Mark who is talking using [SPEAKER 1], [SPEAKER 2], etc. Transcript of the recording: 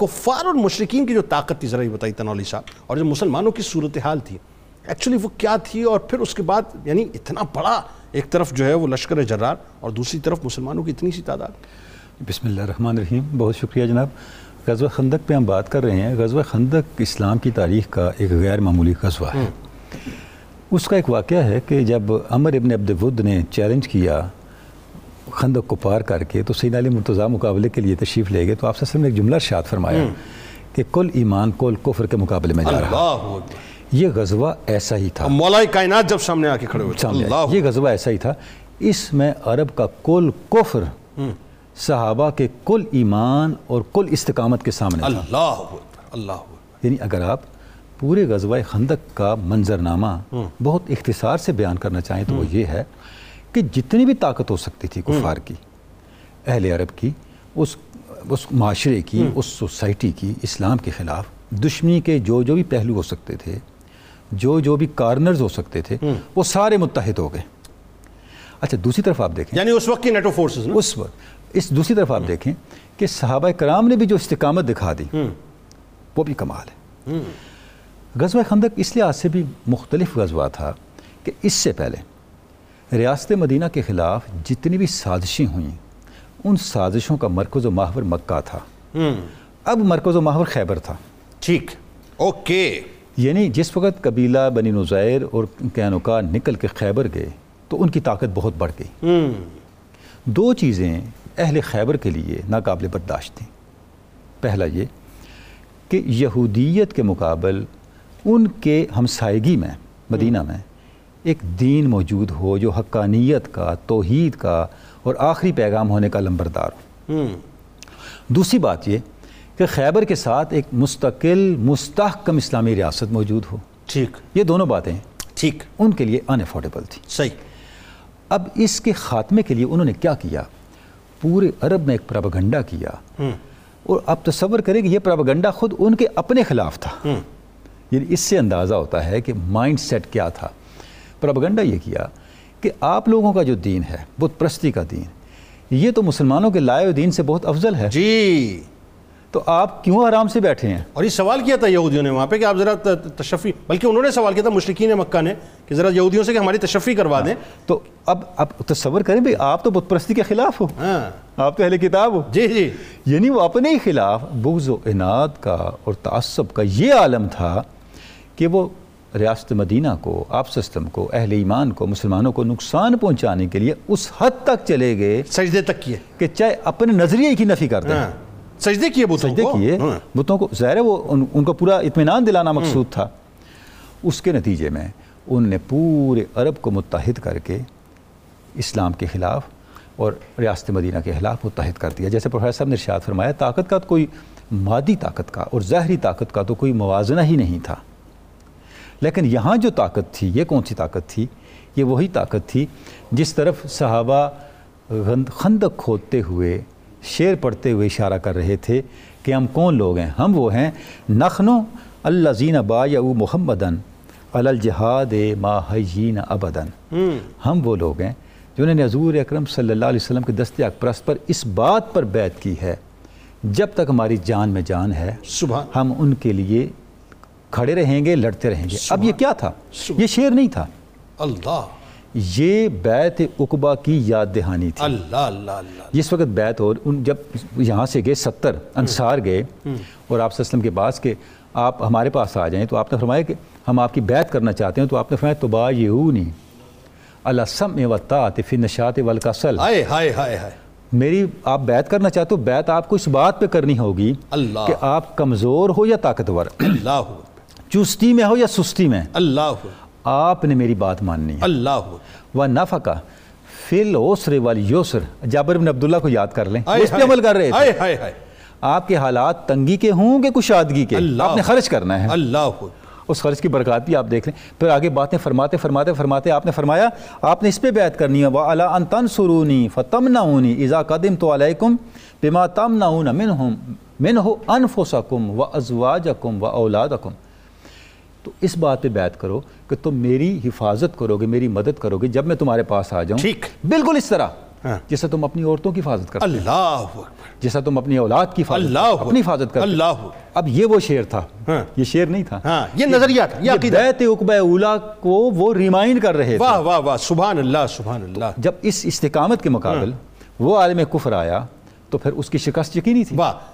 [SPEAKER 1] کفار اور مشرقین کی جو طاقت تھی ذرا یہ بتائی تنولی صاحب اور جو مسلمانوں کی صورتحال تھی ایکچولی وہ کیا تھی اور پھر اس کے بعد یعنی اتنا بڑا ایک طرف جو ہے وہ لشکر جرار اور دوسری طرف مسلمانوں کی اتنی سی تعداد
[SPEAKER 2] بسم اللہ الرحمن الرحیم بہت شکریہ جناب غزوہ خندق پہ ہم بات کر رہے ہیں غزوہ خندق اسلام کی تاریخ کا ایک غیر معمولی غزوہ ہے اس کا ایک واقعہ ہے کہ جب عمر ابن عبد ود نے چیلنج کیا خندق کو پار کر کے تو سید علی مرتضیٰ مقابلے کے لیے تشریف لے گئے تو آپ صلی اللہ علیہ وسلم نے ایک جملہ ارشاد فرمایا کہ کل ایمان کل کفر کے مقابلے میں جا رہا یہ غزوہ ایسا ہی تھا
[SPEAKER 1] مولا کائنات جب سامنے آ کے کھڑے ہوئے تھے،
[SPEAKER 2] سامنے آئی۔
[SPEAKER 1] اللہ
[SPEAKER 2] یہ غزوہ ایسا ہی تھا اس میں عرب کا کل کفر صحابہ کے کل ایمان اور کل استقامت کے سامنے تھا
[SPEAKER 1] اللہ اکبر، اللہ اکبر۔
[SPEAKER 2] یعنی اگر آپ پورے غزوہ خندق کا منظرنامہ بہت اختصار سے بیان کرنا چاہیں تو وہ یہ ہے کہ جتنی بھی طاقت ہو سکتی تھی کفار کی اہل عرب کی اس اس معاشرے کی اس سوسائٹی کی اسلام کے خلاف دشمنی کے جو جو بھی پہلو ہو سکتے تھے جو جو بھی کارنرز ہو سکتے تھے وہ سارے متحد ہو گئے اچھا دوسری طرف آپ دیکھیں
[SPEAKER 1] یعنی اس وقت کی نیٹو فورسز نا؟
[SPEAKER 2] اس وقت اس دوسری طرف آپ دیکھیں کہ صحابہ کرام نے بھی جو استقامت دکھا دی وہ بھی کمال ہے غزوہ خندق اس لحاظ سے بھی مختلف غزوہ تھا کہ اس سے پہلے ریاست مدینہ کے خلاف جتنی بھی سازشیں ہوئیں ان سازشوں کا مرکز و ماہور مکہ تھا اب مرکز و ماہور خیبر تھا
[SPEAKER 1] ٹھیک اوکے
[SPEAKER 2] یعنی جس وقت قبیلہ بنی نظیر اور کینوکا نکل کے خیبر گئے تو ان کی طاقت بہت بڑھ گئی دو چیزیں اہل خیبر کے لیے ناقابل برداشت تھیں پہلا یہ کہ یہودیت کے مقابل ان کے ہمسائیگی میں مدینہ میں ایک دین موجود ہو جو حقانیت کا توحید کا اور آخری پیغام ہونے کا لمبردار ہو دوسری بات یہ کہ خیبر کے ساتھ ایک مستقل مستحکم اسلامی ریاست موجود ہو
[SPEAKER 1] ٹھیک
[SPEAKER 2] یہ دونوں باتیں
[SPEAKER 1] ٹھیک
[SPEAKER 2] ان کے لیے ان افورڈیبل تھیں
[SPEAKER 1] صحیح
[SPEAKER 2] اب اس کے خاتمے کے لیے انہوں نے کیا کیا پورے عرب میں ایک پراپگنڈا کیا اور آپ تصور کریں کہ یہ پراپگنڈا خود ان کے اپنے خلاف تھا یعنی اس سے اندازہ ہوتا ہے کہ مائنڈ سیٹ کیا تھا پراپگنڈا یہ کیا کہ آپ لوگوں کا جو دین ہے بت پرستی کا دین یہ تو مسلمانوں کے لائے ہوئے دین سے بہت افضل ہے
[SPEAKER 1] جی
[SPEAKER 2] تو آپ کیوں آرام سے بیٹھے ہیں
[SPEAKER 1] اور یہ سوال کیا تھا یہودیوں نے وہاں پہ کہ آپ ذرا تشفی بلکہ انہوں نے سوال کیا تھا مشرقین مکہ نے کہ ذرا یہودیوں سے کہ ہماری تشفی کروا دیں
[SPEAKER 2] تو اب آپ تصور کریں بھائی آپ تو بت پرستی کے خلاف ہو
[SPEAKER 1] ہاں
[SPEAKER 2] آپ تو اہل کتاب ہو
[SPEAKER 1] جی جی
[SPEAKER 2] یعنی وہ اپنے ہی خلاف بغض و اناد کا اور تعصب کا یہ عالم تھا کہ وہ ریاست مدینہ کو آپ سسٹم کو اہل ایمان کو مسلمانوں کو نقصان پہنچانے کے لیے اس حد تک چلے گئے
[SPEAKER 1] سجدے تک کیے
[SPEAKER 2] کہ چاہے اپنے نظریے کی نفی کر دیں
[SPEAKER 1] ہاں سجدے کیے بتوں
[SPEAKER 2] سجدے
[SPEAKER 1] کو
[SPEAKER 2] کیے
[SPEAKER 1] ہاں۔
[SPEAKER 2] بتوں کو ظاہر ہے وہ ان ان کو پورا اطمینان دلانا مقصود تھا اس کے نتیجے میں ان نے پورے عرب کو متحد کر کے اسلام کے خلاف اور ریاست مدینہ کے خلاف متحد کر دیا جیسے پروفیسر صاحب نے ارشاد فرمایا طاقت کا تو کوئی مادی طاقت کا اور ظاہری طاقت کا تو کوئی موازنہ ہی نہیں تھا لیکن یہاں جو طاقت تھی یہ کون سی طاقت تھی یہ وہی طاقت تھی جس طرف صحابہ غند- خندق کھودتے ہوئے شعر پڑھتے ہوئے اشارہ کر رہے تھے کہ ہم کون لوگ ہیں ہم وہ ہیں نخنو اللہ زین با یو محمدن الجہاد ما حیین ابدن ہم وہ لوگ ہیں جنہوں نے حضور اکرم صلی اللہ علیہ وسلم کے دست اک پرست پر اس بات پر بیعت کی ہے جب تک ہماری جان میں جان ہے
[SPEAKER 1] سبحان
[SPEAKER 2] ہم ان کے لیے کھڑے رہیں گے لڑتے رہیں گے اب یہ کیا تھا یہ شعر نہیں تھا
[SPEAKER 1] اللہ
[SPEAKER 2] یہ بیت اقبا کی یاد دہانی تھی
[SPEAKER 1] اللہ اللہ اللہ
[SPEAKER 2] جس وقت بیت اور ان جب یہاں سے گئے ستر انصار گئے اور آپ وسلم کے پاس کہ آپ ہمارے پاس آ جائیں تو آپ نے فرمایا کہ ہم آپ کی بیعت کرنا چاہتے ہیں تو آپ نے فرمایا توبا یہونی اللہ سم و طاط فی نشاط والکسل
[SPEAKER 1] ہائے ہائے ہائے ہائے
[SPEAKER 2] میری آپ بیعت کرنا چاہتے ہو بیعت آپ کو اس بات پہ کرنی ہوگی
[SPEAKER 1] اللہ
[SPEAKER 2] کہ آپ کمزور ہو یا طاقتور
[SPEAKER 1] اللہ اکبر،
[SPEAKER 2] چستی میں ہو یا سستی میں
[SPEAKER 1] اللہ اکبر،
[SPEAKER 2] آپ نے میری بات ماننی ہے
[SPEAKER 1] اللہ اکبر۔
[SPEAKER 2] وہ نفقہ فل اوسر وال یوسر جابر بن عبداللہ کو یاد کر لیں
[SPEAKER 1] ہائے
[SPEAKER 2] اس پہ
[SPEAKER 1] ہائے،
[SPEAKER 2] عمل کر رہے تھے
[SPEAKER 1] ہائے ہائے ہائے
[SPEAKER 2] آپ کے حالات تنگی کے ہوں کہ کشادگی کے
[SPEAKER 1] اللہ
[SPEAKER 2] آپ نے خرچ کرنا ہے
[SPEAKER 1] اللہ اکبر۔
[SPEAKER 2] اس خرچ کی برکات بھی آپ دیکھ لیں پھر آگے باتیں فرماتے فرماتے فرماتے آپ نے فرمایا آپ نے اس پہ بیعت کرنی ہے وہ اللہ ان تن سرونی فتم نہ ہونی اذا قدم تو علیکم بما تم نہ ہوں من ہوں من ہو انفسکم و ازواجکم و اولادکم تو اس بات پہ بیعت کرو کہ تم میری حفاظت کرو گے میری مدد کرو گے جب میں تمہارے پاس آ جاؤں
[SPEAKER 1] ٹھیک۔
[SPEAKER 2] بالکل اس طرح
[SPEAKER 1] ہاں۔
[SPEAKER 2] جیسا تم اپنی عورتوں کی حفاظت کرتے ہو
[SPEAKER 1] اللہ اکبر
[SPEAKER 2] جیسا تم اپنی اولاد کی حفاظت
[SPEAKER 1] اللہ
[SPEAKER 2] کرتے ہو،
[SPEAKER 1] ہو۔
[SPEAKER 2] اپنی حفاظت کرتے ہو۔
[SPEAKER 1] اللہ ہو۔
[SPEAKER 2] اب یہ وہ شعر تھا
[SPEAKER 1] ہاں۔
[SPEAKER 2] یہ شعر نہیں تھا
[SPEAKER 1] ہاں یہ نظریہ تھا یہ
[SPEAKER 2] یہ
[SPEAKER 1] عقیدہ
[SPEAKER 2] بیت عقبہ اولا کو وہ ریمائنڈ کر رہے تھے
[SPEAKER 1] واہ واہ واہ سبحان اللہ سبحان اللہ
[SPEAKER 2] جب اس استقامت کے مقابل وہ عالم کفر آیا تو پھر اس کی شکست یقینی تھی
[SPEAKER 1] ہاں۔ واہ